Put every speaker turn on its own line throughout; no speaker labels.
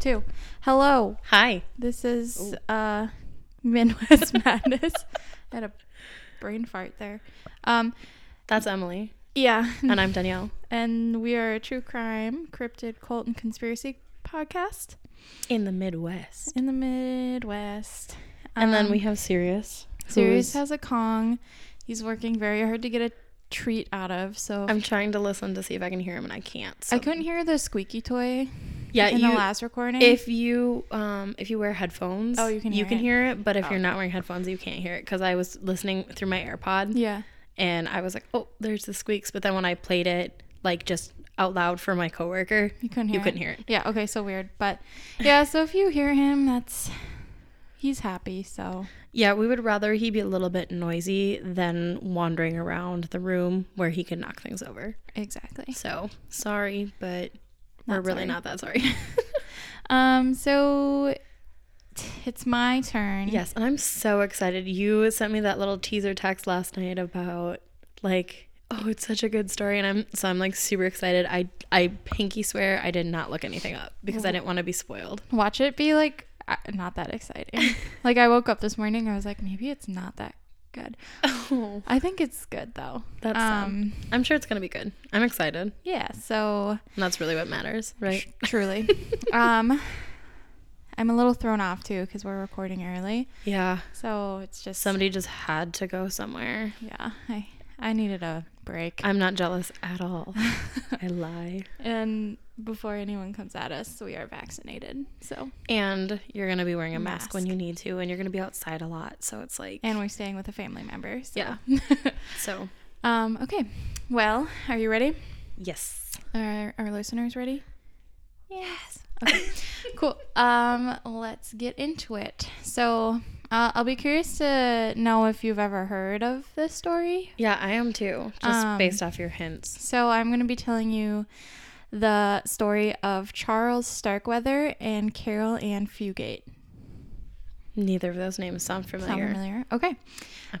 too. Hello.
Hi.
This is uh Midwest Madness. I had a brain fart there. Um
That's Emily.
yeah.
And I'm Danielle.
and we are a true crime, cryptid, cult and conspiracy podcast
In the Midwest.
in the Midwest.
and then
Um,
we have Sirius. who
Sirius
is-
has a Kong. He's working very hard to get a treat out of, so
I'm trying to listen to see if I can hear him and I can't.
I
so-
couldn't hear the squeaky toy
Yeah,
in
you,
the last recording.
if you um if you wear headphones,
Oh, you can hear
you can
it.
hear it, but if
Oh.
you're not wearing headphones, you can't hear it cuz I was listening through my AirPod
yeah.
and I was like, "Oh, there's the squeaks," but then when I played it like just out loud for my coworker,
You couldn't hear.
you couldn't hear it.
Yeah. Okay. So weird, but yeah. So if you hear him, that's he's happy. So
Yeah, we would rather he be a little bit noisy than wandering around the room where he can knock things over.
exactly.
So sorry, but we're
Not
really
sorry.
not that sorry.
Um. So t- it's my turn.
yes, and I'm so excited. You sent me that little teaser text last night about like, oh, it's such a good story, and I'm so I'm like super excited. I I pinky swear I did not look anything up because I didn't want to be spoiled.
Watch it be like uh, not that exciting. like I woke up this morning. I was like, maybe it's not that good.
Oh,
I think it's good though.
that's um.
um.
I'm sure it's gonna be good. I'm excited.
Yeah. So
And that's really what matters, right?
tr- truly, um, I'm a little thrown off too because we're recording early.
Yeah.
So it's just
Somebody just had to go somewhere.
Yeah. I I needed a break.
I'm not jealous at all. I lie.
And before anyone comes at us, we are vaccinated. So,
And you're gonna be wearing a mask, when
Mask.
you need to, and you're gonna be outside a lot. So it's like,
and we're staying with a family member. So.
Yeah. so
um, okay. Well, are you ready?
yes,
Are our listeners ready? Yes. Okay. cool. Um, let's get into it. So, uh, I'll be curious to know if you've ever heard of this story.
yeah, I am too. Just
Um,
based off your hints.
So, I'm going to be telling you the story of Charles Starkweather and Carol Ann Fugate.
Neither of those names sound familiar.
Sound familiar? Okay.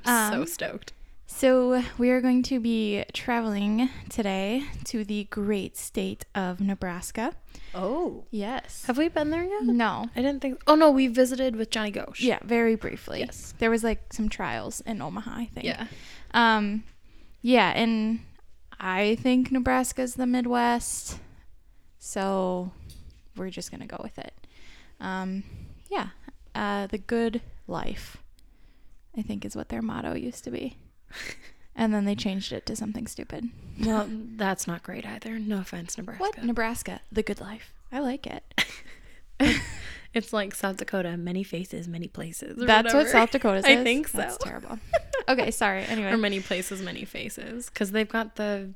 I'm so
Um,
stoked.
So, we are going to be traveling today to the great state of Nebraska.
Oh,
Yes.
have we been there yet?
No.
I didn't think. Oh no, we visited with Johnny Gosh.
Yeah, very briefly.
Yes.
There was like some trials in Omaha, I think.
yeah.
Um yeah, and I think Nebraska's the Midwest. So, we're just going to go with it. Um yeah, uh the good life I think is what their motto used to be. And then they changed it to something stupid.
Well, that's not great either. No offense, Nebraska.
What? Nebraska. The good life. I like it.
It's like South Dakota, many faces, many places. or
That's what
whatever.
South Dakota
I
says.
think so.
That's terrible. Okay, sorry. Anyway.
or many places, many faces, because they've got the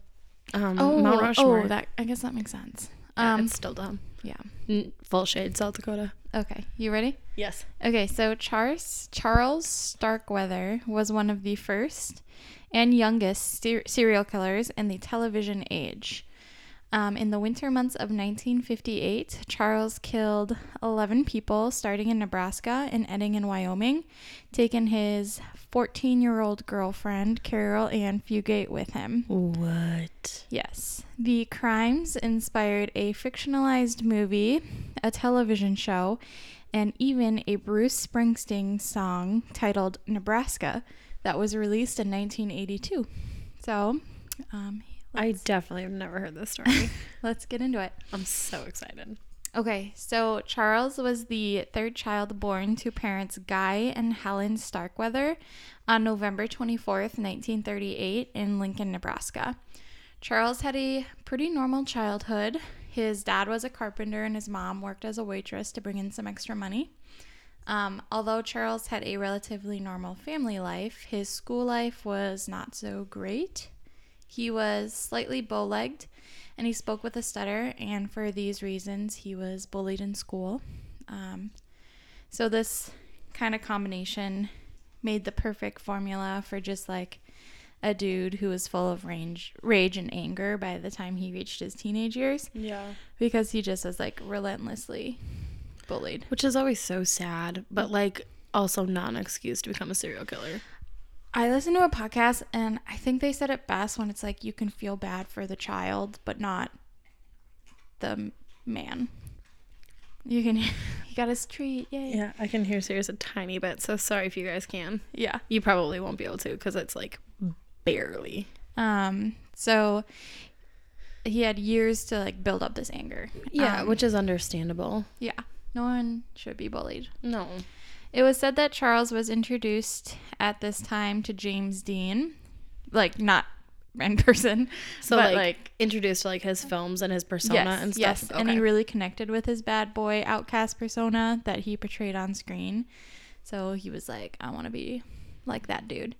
um,
oh,
Mount Rushmore.
oh, that I guess that makes sense.
Yeah,
Um,
it's still dumb.
yeah.
N- full shade, South Dakota.
Okay, you ready?
Yes.
Okay, so Charles Charles Starkweather was one of the first and youngest ser- serial killers in the television age. Um, in the winter months of 1958, Charles killed 11 people, starting in Nebraska and ending in Wyoming, taking his 14-year-old girlfriend Carol Ann Fugate with him.
What?
Yes. The crimes inspired a fictionalized movie, a television show, and even a Bruce Springsteen song titled Nebraska that was released in 1982. So, um,
I definitely have never heard this story.
let's get into it.
I'm so excited.
Okay, so Charles was the third child born to parents Guy and Helen Starkweather on November 24th, 1938, in Lincoln, Nebraska. Charles had a pretty normal childhood. His dad was a carpenter and his mom worked as a waitress to bring in some extra money. Um, although Charles had a relatively normal family life, his school life was not so great. He was slightly bow legged and he spoke with a stutter, and for these reasons, he was bullied in school. Um, so, this kind of combination made the perfect formula for just like a dude who was full of range, rage and anger by the time he reached his teenage years
Yeah.
because he just was like relentlessly bullied.
Which is always so sad, but like also not an excuse to become a serial killer.
I listened to a podcast and I think they said it best when it's like you can feel bad for the child, but not the m- man. You can. He got his treat. Yay.
Yeah, I can hear Sirius a tiny bit. So sorry if you guys can.
Yeah.
You probably won't be able to because it's like barely.
Um. So he had years to like build up this anger. Um,
which is understandable.
yeah. No one should be bullied.
No.
It was said that Charles was introduced at this time to James Dean, like not in person,
So
but
like,
like
introduced to like his films and his persona and stuff.
Yes, and he
Okay.
really connected with his bad boy outcast persona that he portrayed on screen. So he was like, I want to be like that dude.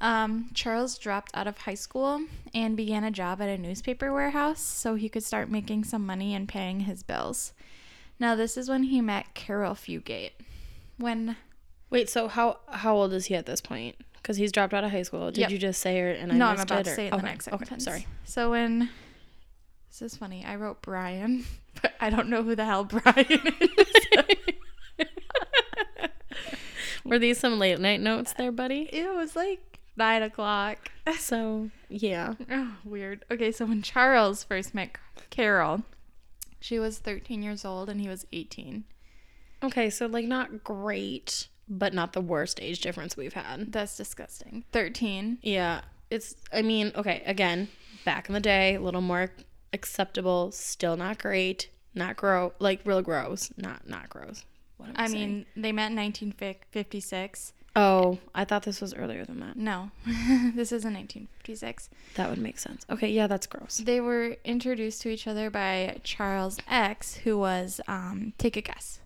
Um, Charles dropped out of high school and began a job at a newspaper warehouse so he could start making some money and paying his bills. Now, this is when he met Carol Fugate. When,
Wait, so how how old is he at this point? Because he's dropped out of high school. Did
Yep.
you just say or and I
no, I'm
missed
about
it,
to
or-
say it in
okay,
the next
okay,
sentence.
Sorry.
So when, this is funny, I wrote Brian, but I don't know who the hell Brian is.
Were these some late night notes there, buddy?
It was like nine o'clock.
So yeah.
Oh, weird. Okay, so when Charles first met Carol, she was 13 years old and he was 18.
Okay, so like not great, but not the worst age difference we've had.
That's disgusting. 13.
Yeah. It's I mean, okay, again, back in the day, a little more acceptable, still not great, not grow like real gross, not not gross. What am
I
saying?
mean, they met in 1956.
Oh, I thought this was earlier than that.
No, this isn't 1956.
That would make sense. Okay, yeah, that's gross.
They were introduced to each other by Charles X, who was, um, take a guess,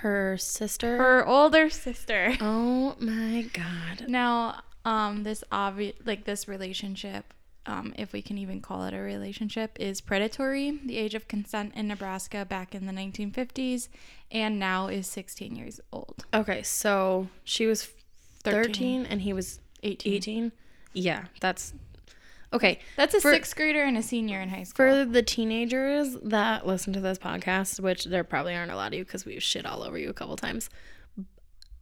Her sister
her older sister.
Oh my god.
Now, um, this obvious, like this relationship, um, if we can even call it a relationship, is predatory. The age of consent in Nebraska back in the 1950s, and now is 16 years old.
Okay, so she was 13, and he was
18.
18. Yeah, that's Okay,
That's a
For-
sixth grader and a senior in high school.
for the teenagers that listen to this podcast, which there probably aren't a lot of you because we've shit all over you a couple times,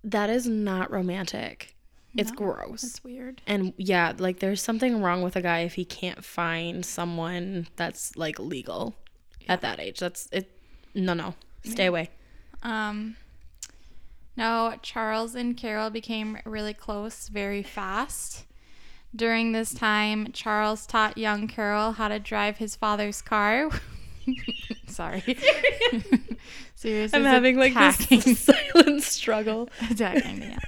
that is not romantic. It's gross.
That's weird.
and yeah, like there's something wrong with a guy if he can't find someone that's like legal at that age. That's it. No, no, stay away.
Um, now, Charles and Carol became really close very fast. During this time, Charles taught young Carol how to drive his father's car. Sorry. Seriously.
I'm having like this silent struggle.
attacking me. Yeah.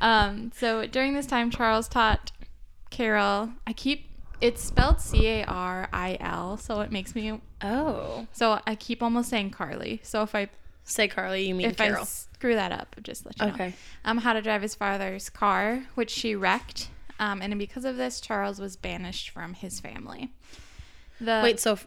Um, so during this time, Charles taught Carol. I keep it's spelled C A R I L, so it makes me
Oh,
so I keep almost saying Carly. So if I
say Carly, you mean
if I
Carol?
screw that up, just let you know.
Okay.
Um, how to drive his father's car, which she wrecked. Um, and because of this, Charles was banished from his family. The
Wait, so f-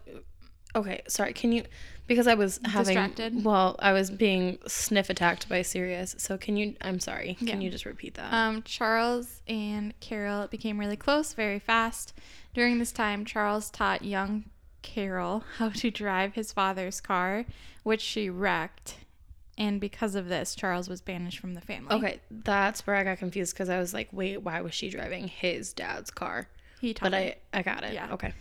okay, sorry. Can you? Because I was having
Distracted?
well, I was being sniff attacked by Sirius. So can you? I'm sorry. Can
Yeah.
you just repeat that?
Um, Charles and Carol became really close very fast. During this time, Charles taught young Carol how to drive his father's car, which she wrecked. And because of this, Charles was banished from the family.
okay, that's where I got confused because I was like, wait, why was she driving his dad's car?
He taught
But I I got it.
Yeah.
Okay.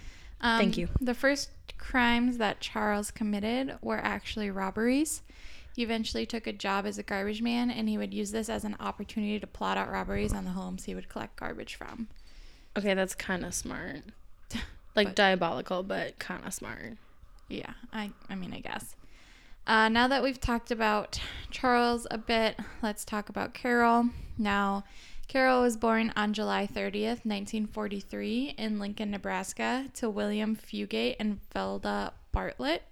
Um,
Thank you.
The first crimes that Charles committed were actually robberies. He eventually took a job as a garbage man, and he would use this as an opportunity to plot out robberies on the homes he would collect garbage from.
Okay, that's kind of smart. Like diabolical, but kind of smart.
Yeah, I, I mean, I guess. Uh, now that we've talked about Charles a bit, let's talk about Carol. Now, Carol was born on July 30th, 1943, in Lincoln, Nebraska, to William Fugate and Velda Bartlett.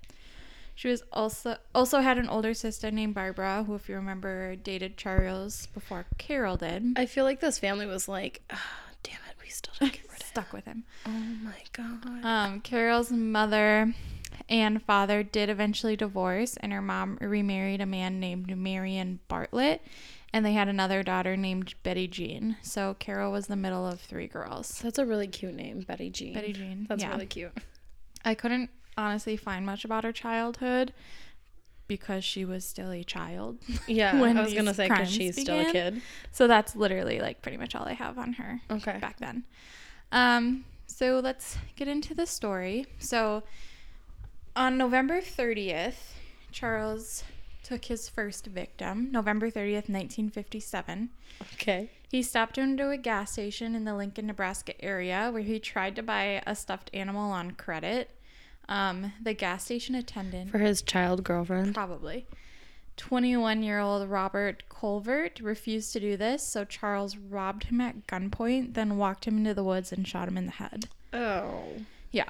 She was also also had an older sister named Barbara, who, if you remember, dated Charles before Carol did.
I feel like this family was like, "Ah, damn it, we still don't get rid of.
Stuck with him.
Oh my god.
Um, Carol's mother and father did eventually divorce, and her mom remarried a man named Marion Bartlett, and they had another daughter named Betty Jean. So Carol was the middle of three girls.
That's a really cute name, Betty Jean.
Betty Jean.
That's
yeah.
really cute.
I couldn't honestly find much about her childhood because she was still a child.
Yeah,
when
I was
these
gonna say because
crimes
she's still a
began.
kid.
So that's literally like pretty much all I have on her.
Okay.
back then. Um, so let's get into the story. So on November 30th, Charles took his first victim, November 30th, 1957.
Okay.
He stopped into a gas station in the Lincoln, Nebraska area where he tried to buy a stuffed animal on credit. Um, the gas station attendant,
For his child girlfriend.
probably 21 year old Robert Colvert, refused to do this, so Charles robbed him at gunpoint, then walked him into the woods and shot him in the head.
Oh.
Yeah.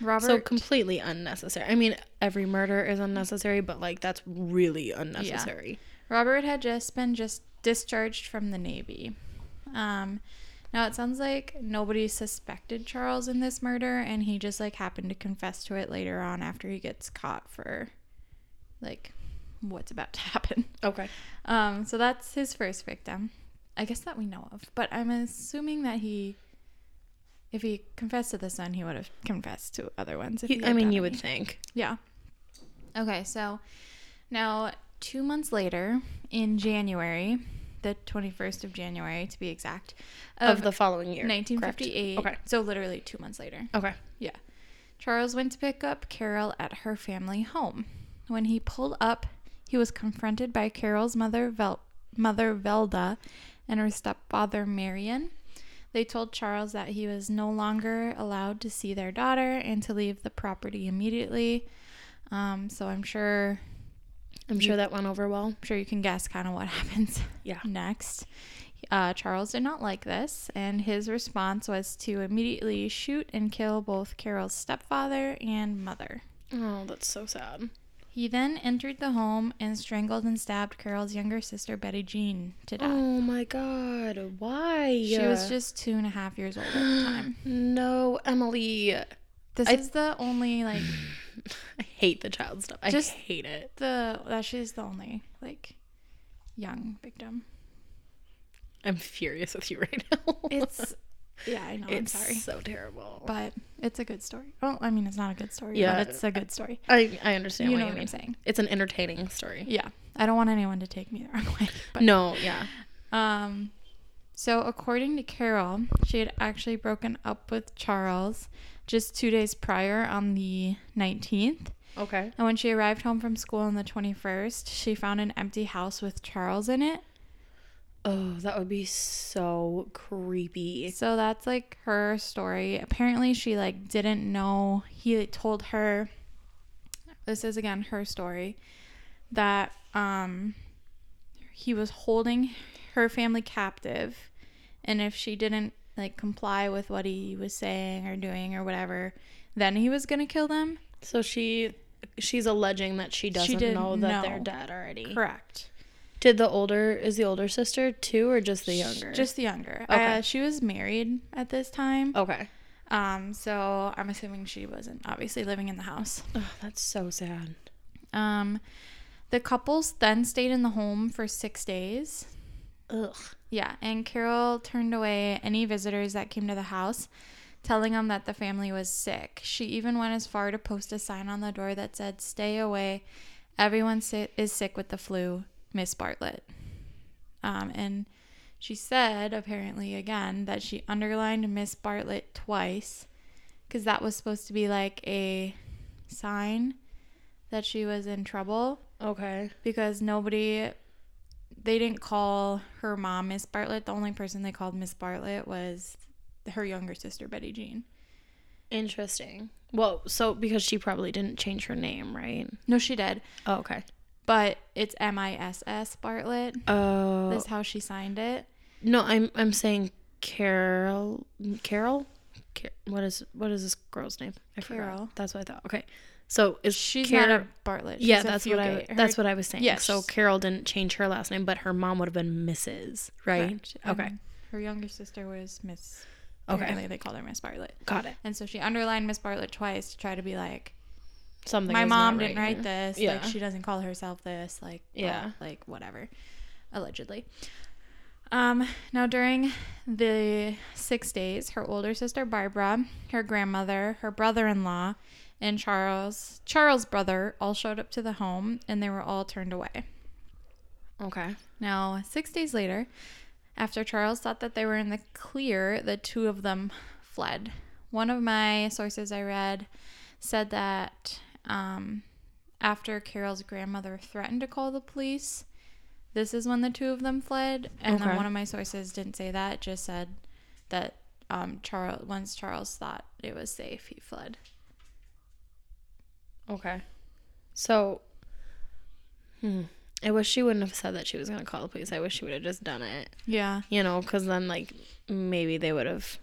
Robert.
So completely unnecessary. I mean, every murder is unnecessary, but like that's really unnecessary.
Robert had just been just discharged from the Navy. Um, now it sounds like nobody suspected Charles in this murder, and he just like happened to confess to it later on after he gets caught for like what's about to happen.
Okay.
Um, so that's his first victim, I guess that we know of. But I'm assuming that he, if he confessed to this one, he would have confessed to other ones. If
You-
he
I
had
mean,
done
you
any.
would think.
Yeah. Okay, so now two months later, in January, the 21st of January to be exact,
Of, the following year. correct?
1958.
Okay.
So literally two months later.
Okay.
Yeah. Charles went to pick up Carol at her family home. When he pulled up, he was confronted by Carol's mother, Vel- mother Velda, and her stepfather, Marion. They told Charles that he was no longer allowed to see their daughter and to leave the property immediately. Um, so I'm sure,
I'm sure that went over well.
I'm sure you can guess kind of what happens
Yeah.
next. Uh, Charles did not like this, and his response was to immediately shoot and kill both Carol's stepfather and mother.
Oh, that's so sad.
He then entered the home and strangled and stabbed Carol's younger sister, Betty Jean, to death.
Oh my god. Why?
She was just two and a half years old at the time.
No, Emily. I
This is the only, like,
hate the child stuff. I
Just-
hate it.
the, that she's the only, like, young victim.
I'm furious with you right now.
It's, yeah, I know, I'm
It's
sorry.
so terrible.
But it's a good story. Well, I mean, it's not a good story,
Yeah.
but it's a good story.
I, I understand
You
what
know
you
what
mean.
I'm saying.
It's an entertaining story.
Yeah. I don't want anyone to take me the wrong way. But
No, yeah.
um so according to Carol, she had actually broken up with Charles just two days prior on the nineteenth.
Okay.
And when she arrived home from school on the twenty first, she found an empty house with Charles in it.
Oh, that would be so creepy.
So that's like her story. Apparently she like didn't know he told her this is again her story that um he was holding her family captive and if she didn't like comply with what he was saying or doing or whatever then he was going to kill them.
So she she's alleging that she doesn't
didn't
know that they're
know.
dead already.
Correct.
Did the older is the older sister too or just the younger?
Just the younger.
Okay. Oh.
Uh, she was married at this time.
Okay.
Um so I'm assuming she wasn't obviously living in the house.
Oh, that's so sad.
Um, the couples then stayed in the home for six days.
Ugh.
Yeah, and Carol turned away any visitors that came to the house, telling them that the family was sick. She even went as far to post a sign on the door that said, Stay away. Everyone si- is sick with the flu. Miss Bartlett. Um, and she said, apparently, again, that she underlined Miss Bartlett twice because that was supposed to be like a sign that she was in trouble
Okay.
because nobody they didn't call her mom Miss Bartlett. The only person they called Miss Bartlett was her younger sister Betty Jean.
Interesting. Well, so because she probably didn't change her name, right?
No, she did,
Oh, okay.
but it's M I S S Bartlett.
Oh.
That's how she signed it.
No, I'm I'm saying Carol Carol? Car- what is what is this girl's name? I
Carol.
That's what I thought. Okay. So is
She's
Carol
not a Bartlett. She's
Yeah,
a
that's what I
Fugate. Her-
that's what I was saying.
Yes.
So Carol didn't change her last name, but her mom would have been Mrs. Right?
correct.
Okay.
And her younger sister was Miss.
Okay.
Apparently, they called her Miss Bartlett,
Got it.
and so she underlined Miss Bartlett twice to try to be like,
Something.
my
is
mom
not
didn't
right
write
here.
this
Yeah.
like she doesn't call herself this like blah,
Yeah.
like whatever allegedly um now during the six days her older sister barbara her grandmother her brother-in-law and charles charles brother all showed up to the home and they were all turned away
Okay.
now six days later after charles thought that they were in the clear the two of them fled one of my sources i read said that um after Carol's grandmother threatened to call the police. This is when the two of them fled, and then
Okay.
one of my sources didn't say that; just said that um, Charles. Once Charles thought it was safe, he fled.
Okay. So, hmm. I wish she wouldn't have said that she was going to call the police. I wish she would have just done it.
Yeah,
You know, because then, like, maybe they would have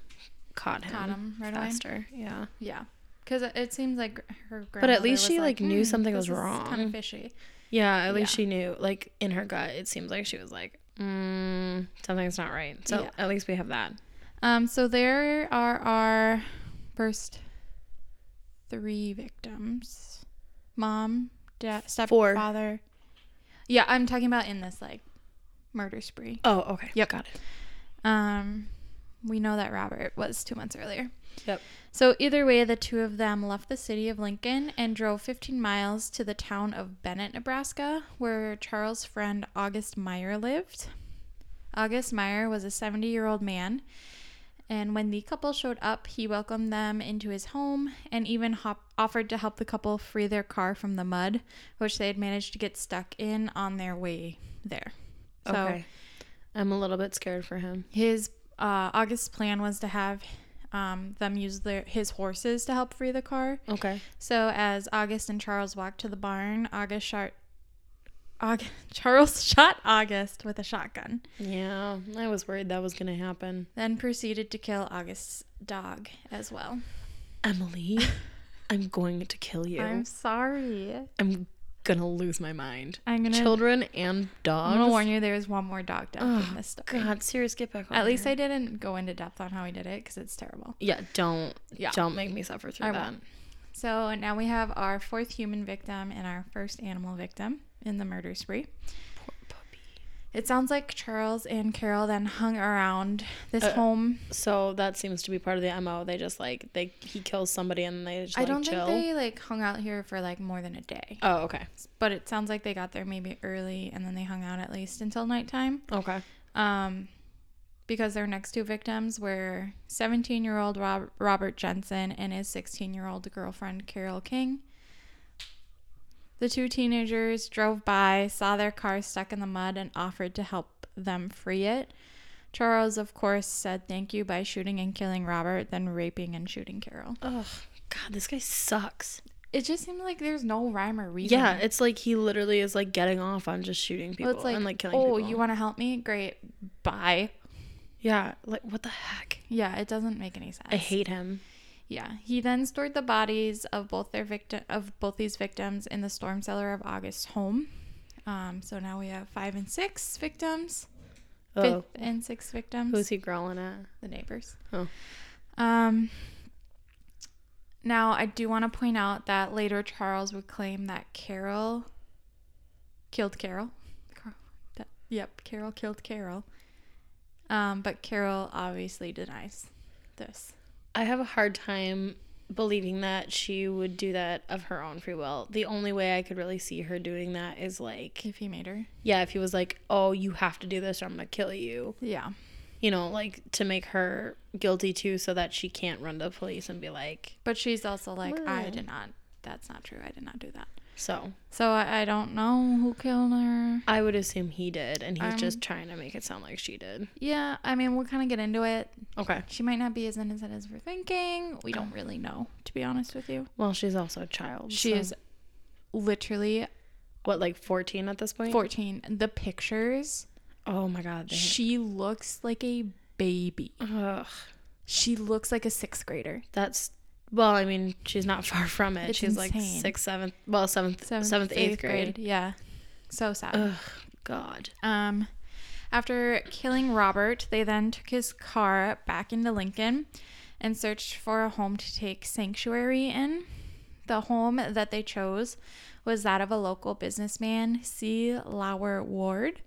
caught him,
Caught him right away.
faster. Yeah.
yeah, because it seems like her. grandmother
But at least
was
she, like, knew
"Hmm,
something
this
was
is Kind
wrong."
of fishy.
Yeah, at least
Yeah.
she knew. Like, in her gut, it seems like she was like, mm, something's not right. So,
Yeah.
at least we have that.
Um, so there are our first three victims: mom, dad,
Four.
stepfather. Yeah, I'm talking about in this like murder spree.
Oh, okay. Yep. Got it.
Um, we know that Robert was two months earlier.
Yep.
So either way, the two of them left the city of Lincoln and drove 15 miles to the town of Bennett, Nebraska, where Charles' friend August Meyer lived. August Meyer was a 70 year old man, and when the couple showed up, he welcomed them into his home and even hop- offered to help the couple free their car from the mud, which they had managed to get stuck in on their way there. So
okay. I'm a little bit scared for him.
his uh, August's plan was to have um, them use their his horses to help free the car.
Okay.
So as August and Charles walked to the barn, August shot Aug Charles shot August with a shotgun,
Yeah. I was worried that was going to happen.
then proceeded to kill August's dog as well.
Emily, I'm going to kill you. I'm,
sorry.
gonna lose my mind.
I'm gonna
Children and dogs.
I'm gonna warn you. There's one more dog death in this story.
God, serious, get back.
At least I didn't go into depth on how he did it because it's terrible.
Yeah, don't.
Yeah.
don't make me suffer through
I
that.
won't. So now we have our fourth human victim and our first animal victim in the murder spree.
Poor puppy.
It sounds like Charles and Carol then hung around this
Uh,
home.
So that seems to be part of the mo. They just like they he kills somebody and they just
I
like
don't
chill.
think they like hung out here for like more than a day,
Oh, okay,
but it sounds like they got there maybe early and then they hung out at least until nighttime.
okay,
Um, because their next two victims were 17 year old Rob- Robert Jensen and his 16 year old girlfriend Carol King. The two teenagers drove by, saw their car stuck in the mud, and offered to help them free it. Charles, of course, said thank you by shooting and killing Robert, then raping and shooting Carol.
oh god, this guy sucks.
It just seemed like there's no rhyme or reason.
Yeah, it's like he literally is like getting off on just shooting people
Well, it's like,
and like killing
oh,
people.
you want to help me? Great. Bye.
yeah, like what the heck?
Yeah, it doesn't make any sense.
I hate him.
Yeah, he then stored the bodies of both their victim of both these victims in the storm cellar of August's home. Um, so now we have five and six victims, fifth
Oh,
and sixth victims,
who's he growling at?
the neighbors.
Oh.
Um, now I do want to point out that later Charles would claim that Carol killed Carol. Car- that- yep, Carol killed Carol. Um, but Carol obviously denies this.
I have a hard time believing that she would do that of her own free will. The only way I could really see her doing that is like,
If he made her,
yeah, if he was like, oh, you have to do this or I'm going to kill you,
yeah.
you know, like to make her guilty too so that she can't run to the police and be like,
But she's also like, I
Wow.
did not. That's not true. I did not do that.
so.
So I, I don't know who killed her.
I would assume he did and he's
Um,
just trying to make it sound like she did.
Yeah, I mean, we'll kind of get into it.
Okay.
She might not be as innocent as we're thinking. We don't really know, to be honest with you.
Well, she's also a child.
She
so-
is literally
what like 14 at this point?
14. The pictures,
Oh my god. They,
she looks like a baby.
ugh.
She looks like a sixth grader.
That's well, I mean, she's not far from it.
It's
she's
insane.
like sixth, seventh, well, seventh, seventh, eighth, grade.
Yeah. So sad.
Ugh, God.
Um, after killing Robert, they then took his car back into Lincoln and searched for a home to take sanctuary in. The home that they chose was that of a local businessman, C. Lauer Ward.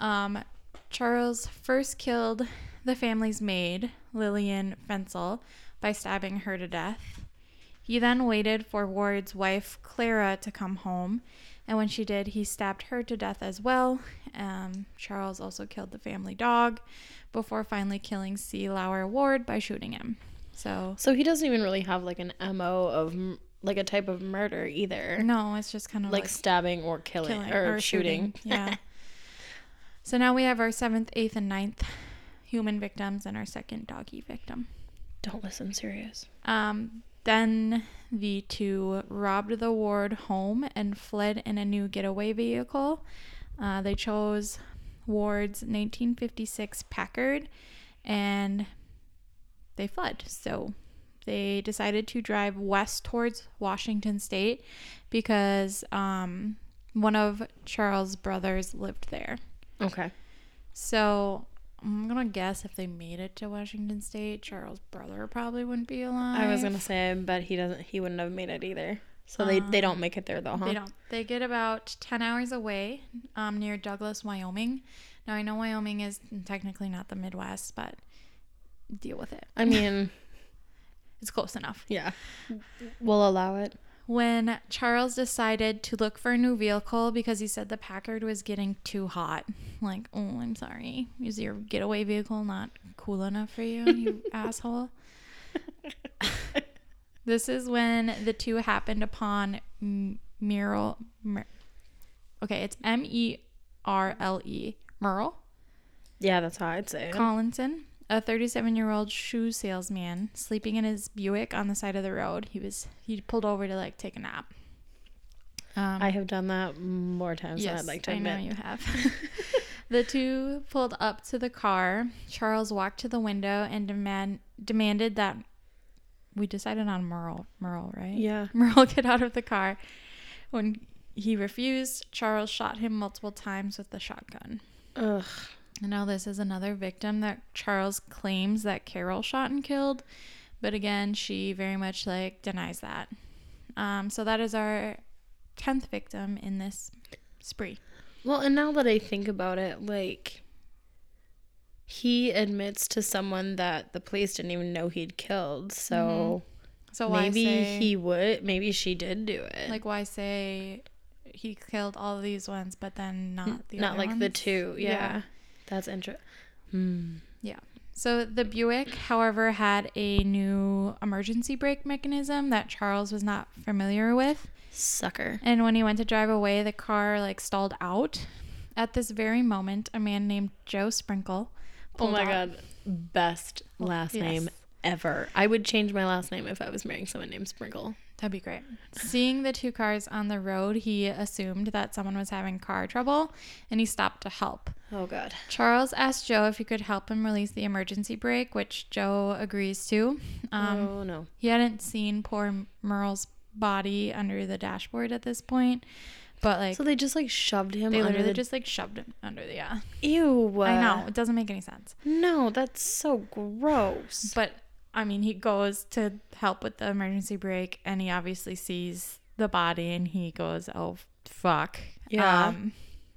Um, Charles first killed the family's maid, Lillian Fensel, by stabbing her to death. He then waited for Ward's wife, Clara, to come home, and when she did, he stabbed her to death as well. Um, Charles also killed the family dog before finally killing C. Lauer Ward by shooting him. So,
So he doesn't even really have like an mo of m- like a type of murder either.
No, it's just kind of
Like,
like,
stabbing or killing,
killing
or, shooting.
Yeah. so now we have our seventh, eighth, and ninth human victims and our second doggy victim.
Don't listen serious.
Um, then the two robbed the Ward home and fled in a new getaway vehicle. Uh, they chose Ward's 1956 Packard and they fled. So they decided to drive west towards Washington State because um, one of Charles' brothers lived there.
Okay.
So I'm going to guess if they made it to Washington State, Charles' brother probably wouldn't be alive.
I was gonna say, but he doesn't. He wouldn't have made it either. So they Um, they don't make it there though, huh?
They don't. They get about 10 hours away um, near Douglas, Wyoming. Now, I know Wyoming is technically not the Midwest, but deal with it.
I mean,
It's close enough.
yeah, we'll allow it.
When Charles decided to look for a new vehicle because he said the Packard was getting too hot. Like, oh, I'm sorry. Is your getaway vehicle not cool enough for you, you asshole? This is when the two happened upon M- Merle. Mer- okay, it's M E R L E. Merle
yeah, that's how I'd say. it.
Collinson, a 37 year old shoe salesman, sleeping in his Buick on the side of the road. He was he pulled over to like take a nap. Um,
I have done that more times than I'd like to admit.
I know you have. the two pulled up to the car. Charles walked to the window and demand demanded that we decided on Merle. Merle, right?
Yeah.
Merle get out of the car. When he refused, Charles shot him multiple times with the shotgun.
Ugh.
And now this is another victim that Charles claims that Carol shot and killed, but again, she very much like denies that. Um, so that is our tenth victim in this spree.
Well, and now that I think about it, like he admits to someone that the police didn't even know he'd killed. So
So why
maybe
say,
he would. Maybe she did do it.
like why say he killed all of these ones, but then not the
not
other
like the
ones?
two. Yeah,
Yeah.
that's interesting.
Yeah. So the Buick, however, had a new emergency brake mechanism that Charles was not familiar with.
Sucker.
And when he went to drive away, the car like stalled out. At this very moment, a man named Joe Sprinkle.
Oh
pulled
my
up.
god, best last
yes.
name ever. I would change my last name if I was marrying someone named Sprinkle.
That'd be great. Seeing the two cars on the road, he assumed that someone was having car trouble and he stopped to help.
Oh god.
Charles asked Joe if he could help him release the emergency brake, which Joe agrees to. Um,
oh no.
He hadn't seen poor Merle's body under the dashboard at this point, but like
So they just like shoved him
they
under
literally
the Uh,
just like shoved him under the yeah.
ew.
I know it doesn't make any sense,
No, that's so gross.
but I mean he goes to help with the emergency brake, and he obviously sees the body, and he goes, "Oh fuck."
Yeah.
Um,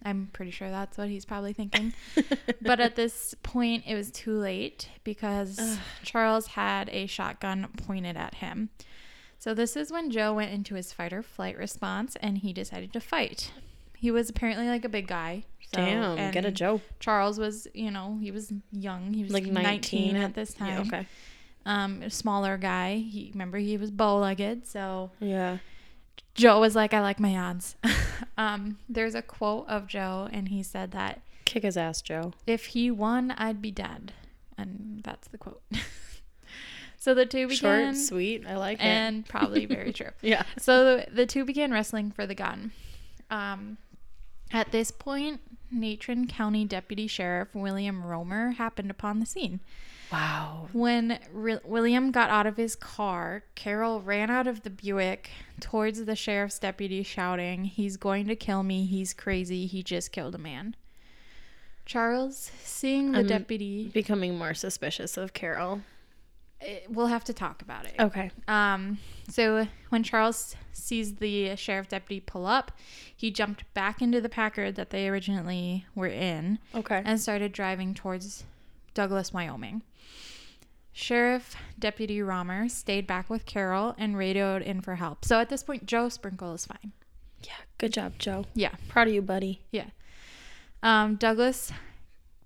I'm pretty sure that's what he's probably thinking. but at this point, it was too late because Charles had a shotgun pointed at him. So, this is when Joe went into his fight or flight response and he decided to fight. He was apparently like a big guy. so-
Damn, get a
and
Joe.
Charles was, you know, he was young. He was
Like 19,
19 at this
Yeah,
time.
okay.
Um, a smaller guy. He remember he was bow-legged, so
Yeah.
Joe was like, "I like my odds." um, there's a quote of Joe, and he said that
Kick his ass, Joe.
if he won, I'd be dead. And that's the quote. so the two began
Short, sweet. I like
and probably very true.
it. Yeah.
So the, the two began wrestling for the gun. Um, at this point, Natron County Deputy Sheriff William Romer happened upon the scene.
Wow.
When Re- William got out of his car, Carol ran out of the Buick towards the sheriff's deputy, shouting, He's going to kill me. He's crazy. He just killed a man. Charles, seeing the
Um,
deputy,
Becoming more suspicious of Carol. Uh,
eh, we'll have to talk about it.
Okay.
Um, so when Charles sees the sheriff deputy pull up, he jumped back into the Packard that they originally were in.
Okay.
and started driving towards Douglas, Wyoming. Sheriff Deputy Romer stayed back with Carol and radioed in for help. So at this point, Joe Sprinkle is fine.
yeah. Good job, Joe.
Yeah,
Proud of you, buddy.
yeah. Um, Douglas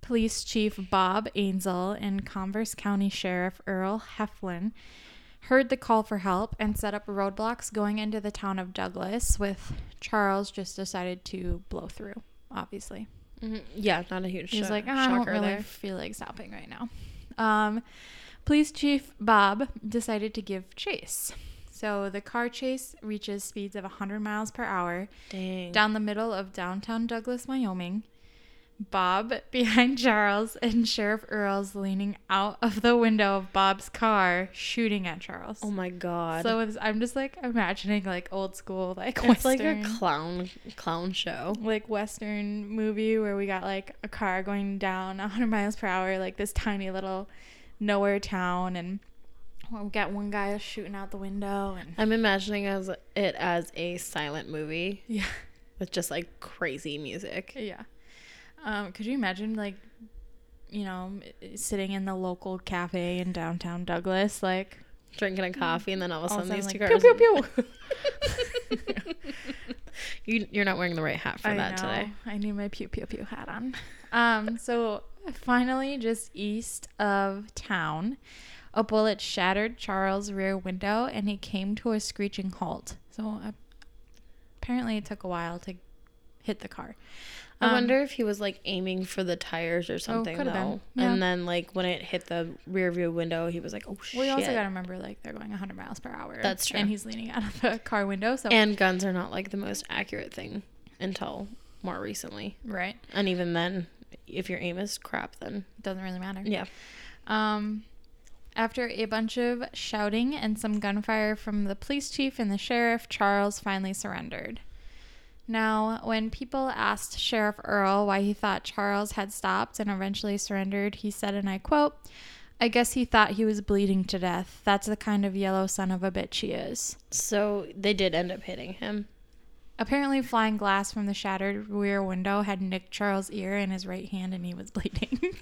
Police Chief Bob Ainzel and Converse County Sheriff Earl Heflin heard the call for help and set up roadblocks going into the town of Douglas, with Charles just decided to blow through, obviously.
Mhm. Yeah, not a huge
He's
sho-
like, "Ah, I don't
shocker
really
there.
feel like stopping right now. Um, Police Chief Bob decided to give chase. So the car chase reaches speeds of 100 miles per hour
Dang.
down the middle of downtown Douglas, Wyoming. Bob behind Charles and Sheriff Earls leaning out of the window of Bob's car, shooting at Charles.
oh my god.
so it's, I'm just like imagining like old school like
it's like a
western-
clown clown show.
like western movie where we got like a car going down 100 miles per hour like this tiny little nowhere town and we got one guy shooting out the window and
I'm imagining as it as a silent movie
yeah
with just like crazy music.
yeah um could you imagine like you know i- sitting in the local cafe in downtown douglas like
Drinking a coffee and then all of a
all of
sudden
a
these two
sudden,
cars.
like, pew, pew, pew.
you, you're not wearing the right hat for that
know.
today.
I need my pew pew pew hat on. Um, so finally, just east of town, a bullet shattered Charles' rear window, and he came to a screeching halt. So uh, apparently, it took a while to hit the car.
I
Um,
wonder if he was like aiming for the tires or something
could've
though.
been. Yeah.
And then like when it hit the rear view window, he was like, "Oh shit!"
Well, you also got to remember, like they're going 100 miles per hour.
That's true.
And he's leaning out of the car window. So
and guns are not like the most accurate thing until more recently.
right,
And even then, if your aim is crap, then
doesn't really matter.
yeah,
Um, after a bunch of shouting and some gunfire from the police chief and the sheriff, Charles finally surrendered. Now, when people asked Sheriff Earl why he thought Charles had stopped and eventually surrendered, he said, and I quote, I guess he thought he was bleeding to death. That's the kind of yellow son of a bitch he is.
so they did end up hitting him.
Apparently, flying glass from the shattered rear window had nicked Charles' ear and his right hand, and he was bleeding.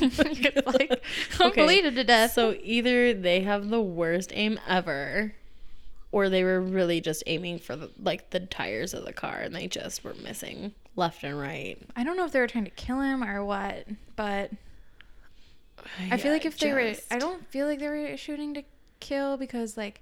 It's like, I'm
Okay,
bleeding to death.
So either they have the worst aim ever, or they were really just aiming for the, like the tires of the car, and they just were missing left and right.
I don't know if they were trying to kill him or what, but I feel like if they were, I don't feel like they were shooting to kill because like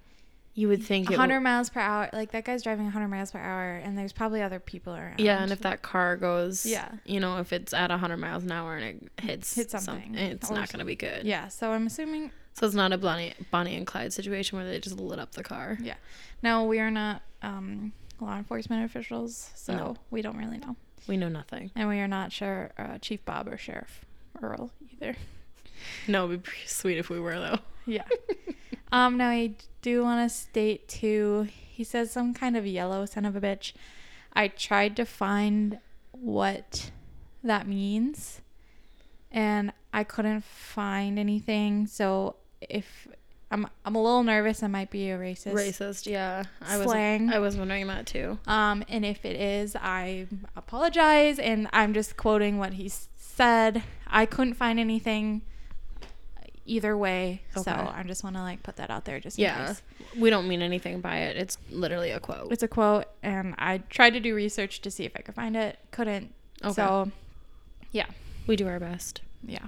You would think it.
100
w-
miles per hour, like that guy's driving 100 miles per hour, and there's probably other people around.
Yeah, and if that car goes,
Yeah.
you know, if it's at 100 miles an hour and it hits
Hit
some-
something.
it's
Or
not going to be good.
yeah, so I'm assuming,
So it's not a Bonnie, Bonnie and Clyde situation where they just lit up the car.
yeah. No, we are not um, law enforcement officials, so
No.
we don't really know,
We know nothing.
and we are not sure uh, Chief Bob or Sheriff Earl either.
No, it'd be pretty sweet if we were though.
Yeah. um, now I do want to state too. He says some kind of yellow son of a bitch. I tried to find what that means, and I couldn't find anything. So if I'm, I'm a little nervous, I might be a racist.
Racist, yeah. I
Slang.
was I was wondering that too.
Um, and if it is, I apologize. And I'm just quoting what he s- said. I couldn't find anything either way. So
Okay.
I just want to like put that out there just in
Yeah.
case.
We don't mean anything by it. It's literally a quote.
It's a quote, and I tried to do research to see if I could find it. Couldn't.
Okay.
So, yeah.
we do our best.
yeah,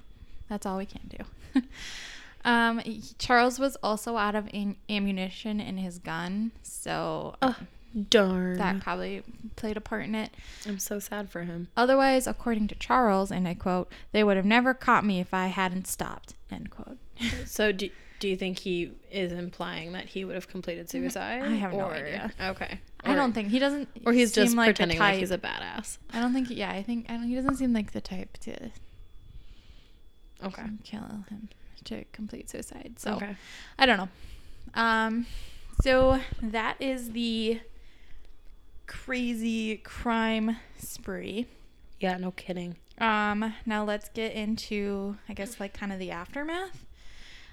that's all we can do. um, he- Charles was also out of am- ammunition in his gun, so um,
Oh, darn.
that probably played a part in it.
I'm so sad for him.
Otherwise, according to Charles, and I quote, they would have never caught me if I hadn't stopped, end quote.
So do, do you think he is implying that he would have completed suicide?
I have no
Or-
idea.
Okay.
I
Or-
don't think he doesn't.
Or he's just
seem the
pretending like
type-
he's a badass.
I don't think. Yeah, I think. I don't. He doesn't seem like the type to
Okay.
kill him to complete suicide. So
Okay.
I don't know. Um, so that is the crazy crime spree.
Yeah, no kidding.
Um, now let's get into, I guess, like kind of the aftermath.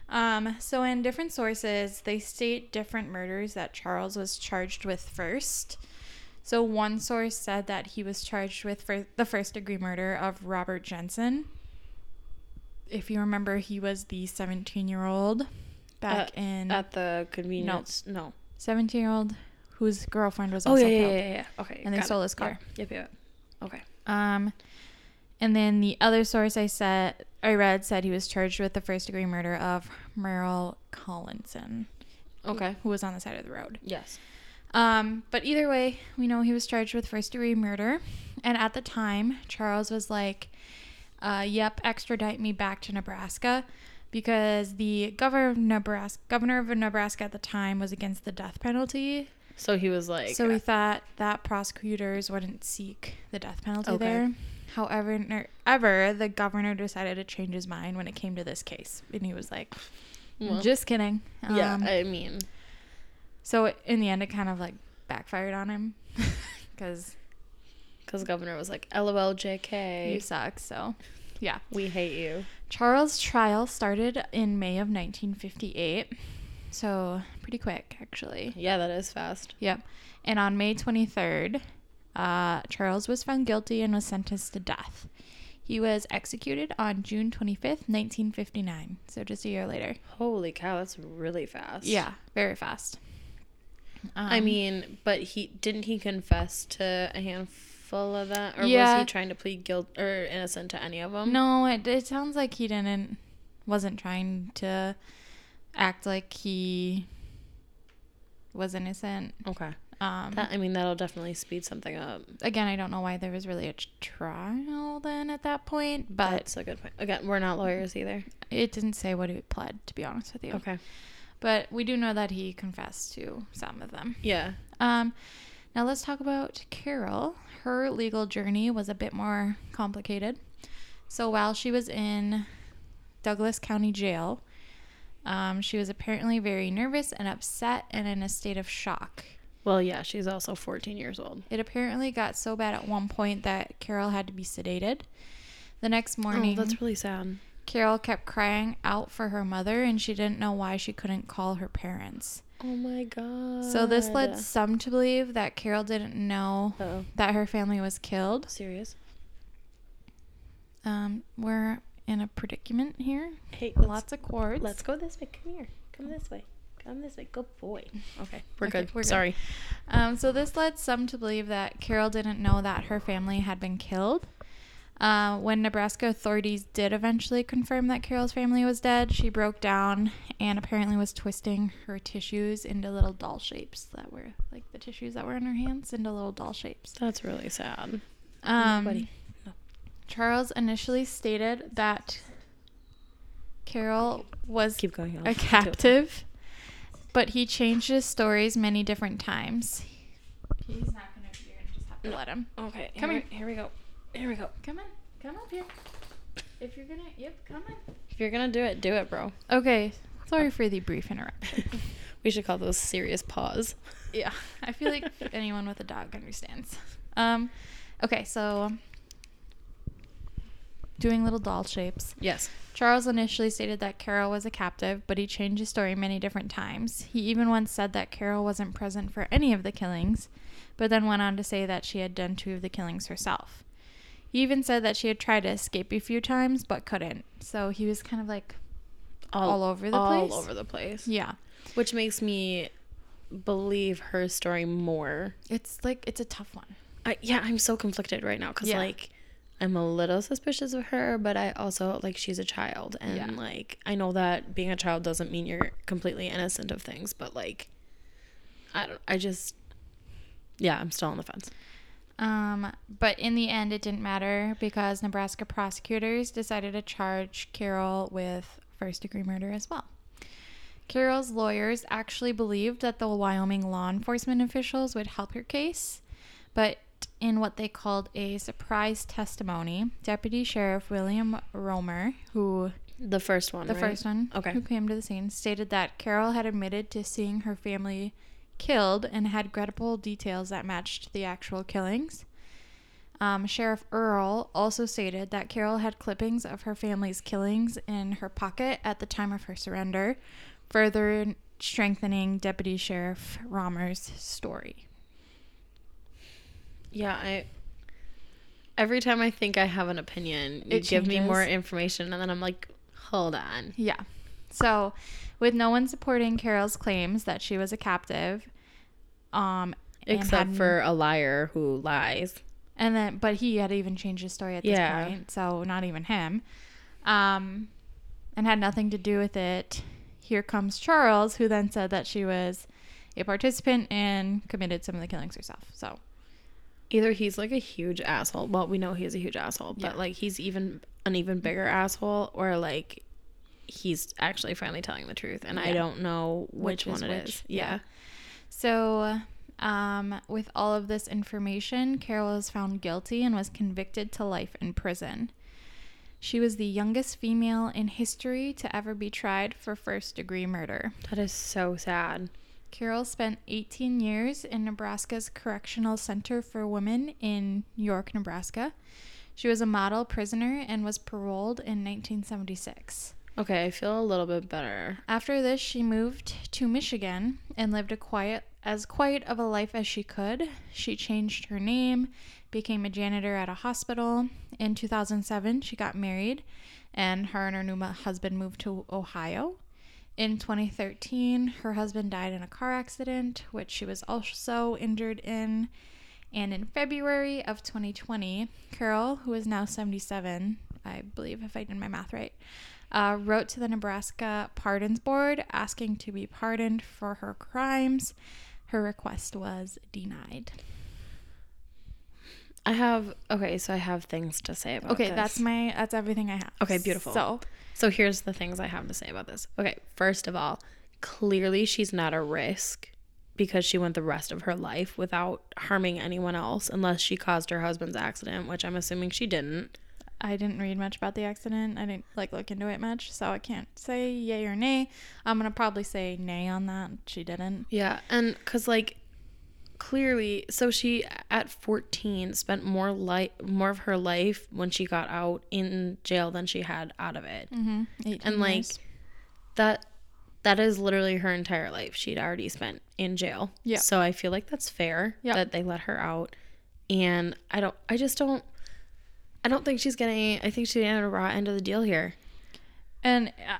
Um, so in different sources, they state different murders that Charles was charged with first. So one source said that he was charged with fir- the first degree murder of Robert Jensen. If you remember, he was the 17 year old back
At-
in
at the convenience. No.
17 year old whose girlfriend was
Oh
also
yeah, yeah,
killed.
yeah, yeah. Okay.
And they
got
stole
it.
his car.
Yep, yep, yep. Okay.
Um, and then the other source I said I read said he was charged with the first degree murder of Merle Collinson
Okay.
who was on the side of the road.
Yes.
Um, but either way, we know he was charged with first degree murder. And at the time, Charles was like, uh, yep, extradite me back to Nebraska because the governor of Nebraska, governor of Nebraska at the time was against the death penalty.
So he was like, uh,
so we thought that prosecutors wouldn't seek the death penalty
Okay.
there. However, ner- ever the governor decided to change his mind when it came to this case, and he was like,
well,
"Just kidding."
yeah.
Um,
I mean,
so in the end, it kind of like backfired on him because
because governor was like, "LOL, JK,
you suck. So, yeah.
we hate you."
Charles' trial started in May of 1958, so pretty quick actually.
Yeah, that is fast.
Yep. And on May 23rd, uh, Charles was found guilty and was sentenced to death. He was executed on June 25th, 1959. So just a year later.
Holy cow, that's really fast.
Yeah, very fast.
I
Um,
mean, but he didn't he confess to a handful of that, or was
Yeah.
he trying to plead guilt or innocent to any of them?
no, it, it sounds like he didn't, wasn't trying to act like he was innocent.
Okay.
Um,
That I mean, that'll definitely speed something up.
again, I don't know why there was really a trial then at that point, but
That's a good point. Again, we're not lawyers either.
it didn't say what he pled, to be honest with you.
Okay.
But we do know that he confessed to some of them.
Yeah.
Um, now let's talk about Carol. Her legal journey was a bit more complicated. So while she was in Douglas County Jail, um, she was apparently very nervous and upset and in a state of shock.
Well, yeah, she's also 14 years old.
It apparently got so bad at one point that Carol had to be sedated. The next morning,
Oh, that's really sad.
Carol kept crying out for her mother, and she didn't know why she couldn't call her parents.
Oh my god.
So this led some to believe that Carol didn't know
Oh,
that her family was killed.
serious.
Um, we're in a predicament here.
Hey,
Lots of cords.
Let's go this way. Come here. Come this way. Come this way. Good boy. Okay, we're
Okay,
good.
we're good.
Sorry.
Um, so this led some to believe that Carol didn't know that her family had been killed. Uh, when Nebraska authorities did eventually confirm that Carol's family was dead, she broke down and apparently was twisting her tissues into little doll shapes that were like the tissues that were in her hands into little doll shapes.
That's really sad.
Um,
Buddy. No.
Charles initially stated that Carol was
Keep going. I'll
a
do it.
captive, but he changed his stories many different times. He's not gonna. You're gonna just have to let him.
Okay.
Come
here.
here.
Here we go. Here we go.
Come on, come up here. If you're gonna, yep, come on.
If you're gonna do it, do it, bro.
Okay, sorry for the brief interruption.
we should call those serious paws.
yeah, I feel like anyone with a dog understands. Um, okay, so doing little doll shapes.
Yes.
Charles initially stated that Carol was a captive, but he changed his story many different times. He even once said that Carol wasn't present for any of the killings, but then went on to say that she had done two of the killings herself. He even said that she had tried to escape a few times but couldn't. So he was kind of like, All over the place?
All over the place.
yeah.
Which makes me believe her story more.
It's like, it's a tough one.
I, yeah, I'm so conflicted right now because
Yeah.
like I'm a little suspicious of her, but I also like she's a child, and
Yeah.
like I know that being a child doesn't mean you're completely innocent of things, but like I don't. I just yeah, I'm still on the fence.
Um, but in the end, it didn't matter because Nebraska prosecutors decided to charge Carol with first degree murder as well. Carol's lawyers actually believed that the Wyoming law enforcement officials would help her case, but in what they called a surprise testimony, Deputy Sheriff William Romer, who
The first one.
the
right?
first one
Okay.
who came to the scene stated that Carol had admitted to seeing her family killed and had credible details that matched the actual killings. Um, Sheriff Earl also stated that Carol had clippings of her family's killings in her pocket at the time of her surrender, further strengthening Deputy Sheriff Romer's story.
Yeah, I. Every time I think I have an opinion, you
It
give me more
changes.
information, and then I'm like, hold on.
Yeah. So, with no one supporting Carol's claims that she was a captive, um, and
Except
had
for a liar who lies.
And then, but he had even changed his story at this
Yeah.
point, so not even him. Um, and had nothing to do with it. Here Comes Charles, who then said that she was a participant and committed some of the killings herself. So
Either he's like a huge asshole. Well, we know he's a huge asshole,
Yeah.
but like he's even an even bigger asshole, or like he's actually finally telling the truth, and I
Yeah.
don't know which,
Which is
one it is.
which,
Yeah.
yeah. So, um, with all of this information, Carol was found guilty and was convicted to life in prison. She was the youngest female in history to ever be tried for first degree murder.
that is so sad.
Carol spent 18 years in Nebraska's Correctional Center for Women in York, Nebraska. She was a model prisoner and was paroled in 1976.
Okay, I feel a little bit better.
After this, she moved to Michigan and lived a quiet as quiet of a life as she could. She changed her name, became a janitor at a hospital. In 2007, she got married, and her and her new mu- husband moved to Ohio. In 2013, her husband died in a car accident, which she was also injured in. And in February of 2020, Carol, who is now 77, I believe, if I did my math right, uh, wrote to the Nebraska Pardons Board asking to be pardoned for her crimes. Her request was denied.
I have okay, so I have things to say about.
Okay,
this.
that's my that's everything I have.
Okay, beautiful.
So
So here's the things I have to say about this. Okay, first of all, clearly she's not a risk because she went the rest of her life without harming anyone else unless she caused her husband's accident, which I'm assuming she didn't.
I didn't read much about the accident. I didn't like look into it much, so I can't say yay or nay. I'm gonna probably say nay on that. She didn't.
Yeah, and cuz like clearly so she at 14 spent more life more of her life when she got out in jail than she had out of it.
Mm-hmm. 18
and like
years.
that that is literally her entire life she'd already spent in jail
Yeah.
so i feel like that's fair
Yeah.
that they let her out and i don't i just don't i don't think she's getting i think she ended a raw end of the deal here
and uh,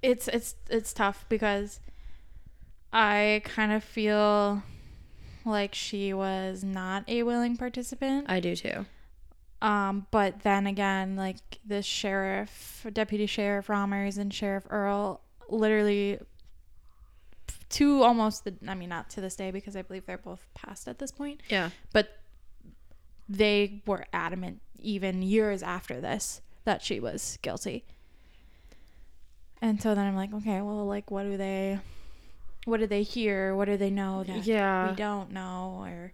it's it's it's tough because I kind of feel like she was not a willing participant.
i do too
Um, but then again, like the sheriff, deputy sheriff Romers and Sheriff Earl, literally to almost the, I mean, not to this day because I believe they're both passed at this point,
yeah
but they were adamant even years after this that she was guilty. And so then I'm like, okay, well, like, what do they, what do they hear? What do they know that
Yeah.
we don't know? Or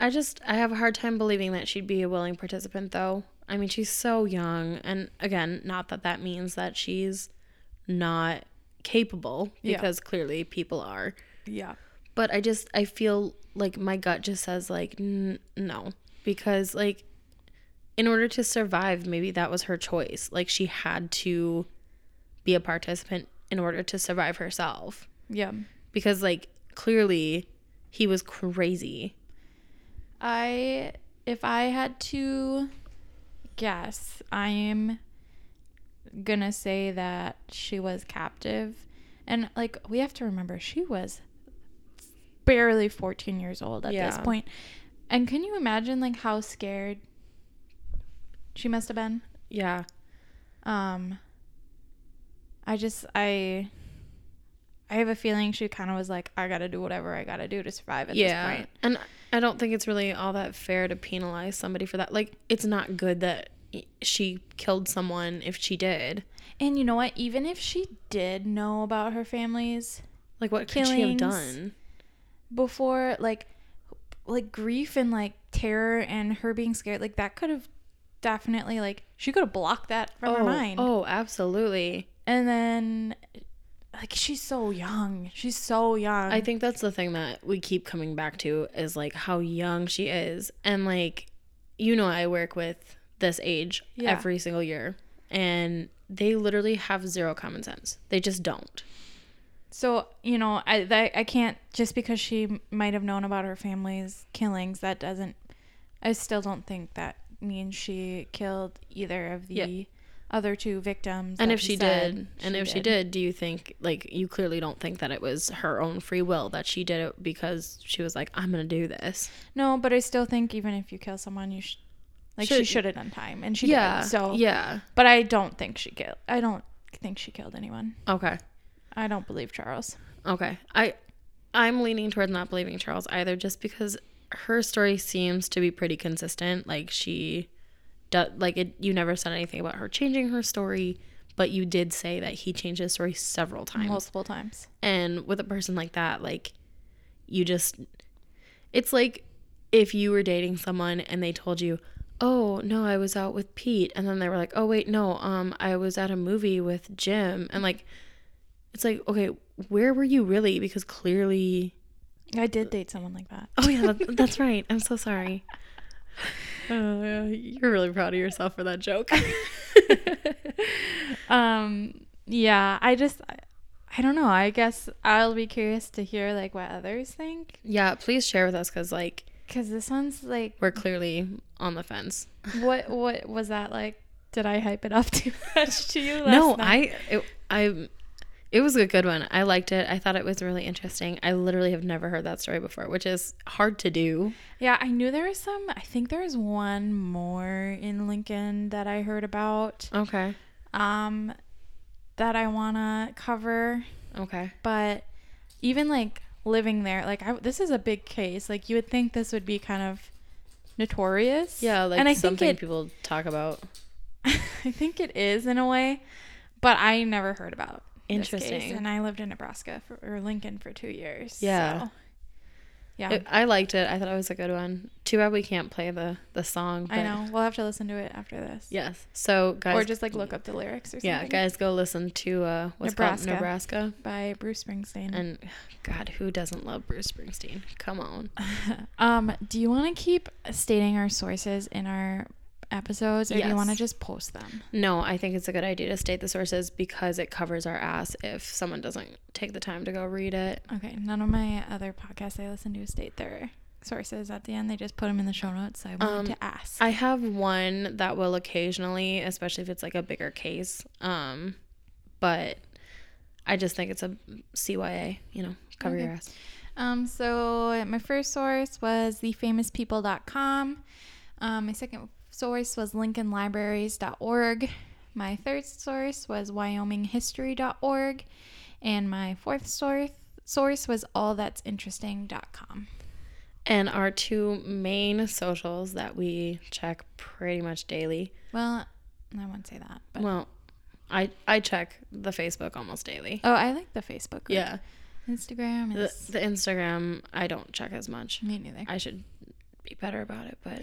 i just i have a hard time believing that she'd be a willing participant though i mean she's so young and again not that that means that she's not capable
Yeah.
because clearly people are
yeah,
but I just I feel like my gut just says like n- no because like in order to survive maybe that was her choice like she had to be a participant in order to survive herself
yeah.
because like clearly he was crazy
I if I had to guess, I am gonna say that she was captive. And like we have to remember she was barely 14 years old at
Yeah.
this point. And can you imagine like how scared she must have been?
yeah
Um I just I I have a feeling she kind of was like I got to do whatever I got to do to survive at this
yeah
point.
and I don't think it's really all that fair to penalize somebody for that like it's not good that she killed someone if she did
And you know what? Even if she did know about her families
like what could she have
Killings.
done
before, like, like grief and like terror and her being scared, like that could have definitely like she could have blocked that from her mind.
oh absolutely
And then, like, she's so young. She's so young.
I think that's the thing that we keep coming back to is like how young she is. And like, you know, I work with this age
Yeah.
every single year, and they literally have zero common sense. They just don't.
so. You know, I that, I can't just because she m- might have known about her family's killings. That doesn't. I still don't think that means she killed either of the.
Yeah.
Other two victims,
and
that
if
we
she
said
did, and if she did, do you think, like, you clearly don't think that it was her own free will that she did it because she was like, I'm going to do this?
No, but I still think even if you kill someone, you should like she
Should-
should have done time, and she
yeah.
did. So
yeah.
but I don't think she killed. I don't think she killed anyone.
Okay.
I don't believe Charles.
Okay. I I'm leaning toward not believing Charles either just because her story seems to be pretty consistent. Like she do, like it you never said anything about her changing her story, but you did say that he changed his story several times.
Multiple times.
And with a person like that, like you just it's like if you were dating someone and they told you, "Oh, no, I was out with Pete." And then they were like, "Oh, wait, no, um I was at a movie with Jim." And like it's like, "Okay, where were you really?" Because clearly
I
Uh,
did date someone like that.
Oh yeah, that, that's right. I'm so sorry. Oh, yeah, you're really proud of yourself for that joke.
um yeah, I just I don't know. I guess I'll be curious to hear like what others think
yeah, please share with us cuz like
cuz this one's like
we're clearly on the fence.
what what was that like? Did I hype it up too much to you? Last
no,
night?
I it, I it was a good one. I liked it. I thought it was really interesting. I literally have never heard that story before, which is hard to do.
Yeah, I knew there was some. I think there was one more in Lincoln that I heard about
Okay.
um that I want to cover,
Okay.
but even like living there, like I, this is a big case. Like you would think this would be kind of notorious.
Yeah, like
and I
something
think it,
people talk about.
I think it is in a way, but I never heard about. this case,
Interesting.
and I lived in Nebraska for, or Lincoln for two years.
Yeah.
so, yeah.
It- I liked it. I thought it was a good one. Too bad we can't play the the song.
I know. We'll have to listen to it after this.
Yes. So guys,
Or just like look up the lyrics or something.
yeah, guys, go listen to uh, what's
Nebraska. Mm.
called Nebraska.
By Bruce Springsteen.
And God, who doesn't love Bruce Springsteen? Come on.
um, do you want to keep stating our sources in our episodes, or do you
Yes.
want to just post them?
No, I think it's a good idea to state the sources because it covers our ass if someone doesn't take the time to go read it.
Okay. None of my other podcasts I listen to state their sources at the end. They just put them in the show notes. So I wanted
Um,
to ask.
I have one that will occasionally, especially if it's like a bigger case. Um, but I just think it's a CYA, you know, cover your
Okay.
ass.
Um, so my first source was thefamouspeople.com. Um, my second source was lincolnlibraries.org. My third source was wyominghistory.org. And my fourth source source was allthat'sinteresting.com.
And our two main socials that we check pretty much daily.
Well, I won't say that, but
Well, I I check the Facebook almost daily.
oh, I like the Facebook. group.
Yeah.
Instagram
The,
is
the Instagram I don't check as much.
me neither.
I should be better about it, but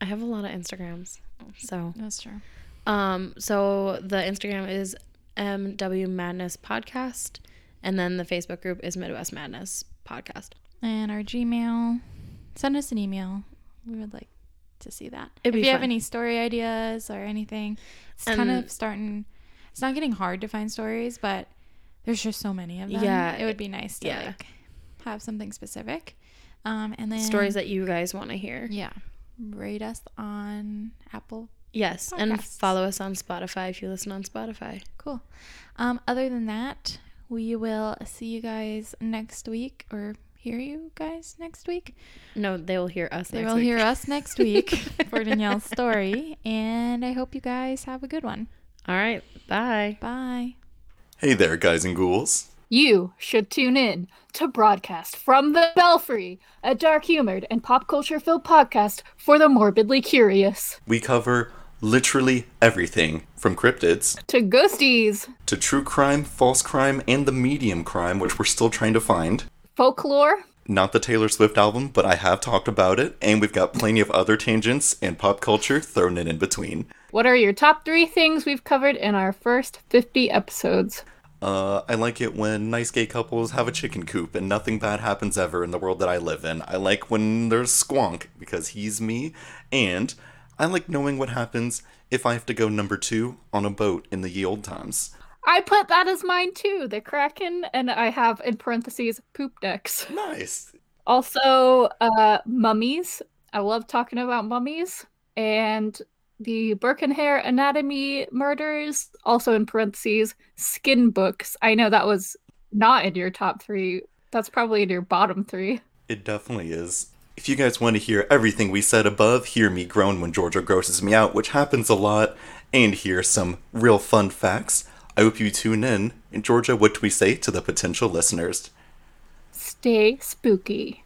I have a lot of Instagrams. So,
That's true.
um, so the Instagram is MW Madness Podcast, and then the Facebook group is Midwest Madness Podcast.
and our Gmail. Send us an email. We would like to see that. if
It'd be
you have
fun.
any story ideas or anything, it's kind
And-
of starting. It's not getting hard to find stories, but there's just so many of them.
Yeah,
it would be nice to
yeah.
like have something specific. Um, and then
Stories that you guys want to hear.
yeah, rate us on Apple.
Yes, and
Podcasts.
follow us on Spotify if you listen on Spotify.
Cool. Um, other than that, we will see you guys next week or hear you guys next week.
No, they will hear us.
They
next
will
week.
hear us next week for Danielle's story. And I hope you guys have a good one.
All right, bye.
Bye.
Hey there, guys and ghouls.
You should tune in to Broadcast from the Belfry, a dark humored and pop culture filled podcast for the morbidly curious,
We cover literally everything from cryptids
to ghosties,
to true crime, false crime, and the medium crime, which we're still trying to find.
folklore,
Not the Taylor Swift album, but I have talked about it, and we've got plenty of other tangents and pop culture thrown in in between.
What are your top three things we've covered in our first 50 episodes?
Uh, I like it when nice gay couples have a chicken coop and nothing bad happens ever in the world that I live in. I like when there's Squonk because he's me, and I like knowing what happens if I have to go number two on a boat in the ye old times.
I put that as mine too, the Kraken, and I have in parentheses poop decks.
Nice.
Also, uh, mummies. I love talking about mummies and the Birkenhair anatomy murders. Also in parentheses, skin books. I know that was not in your top three. That's probably in your bottom three.
It definitely is. If you guys want to hear everything we said above, hear me groan when Georgia grosses me out, which happens a lot, and hear some real fun facts, I hope you tune in. And Georgia, what do we say to the potential listeners?
Stay spooky.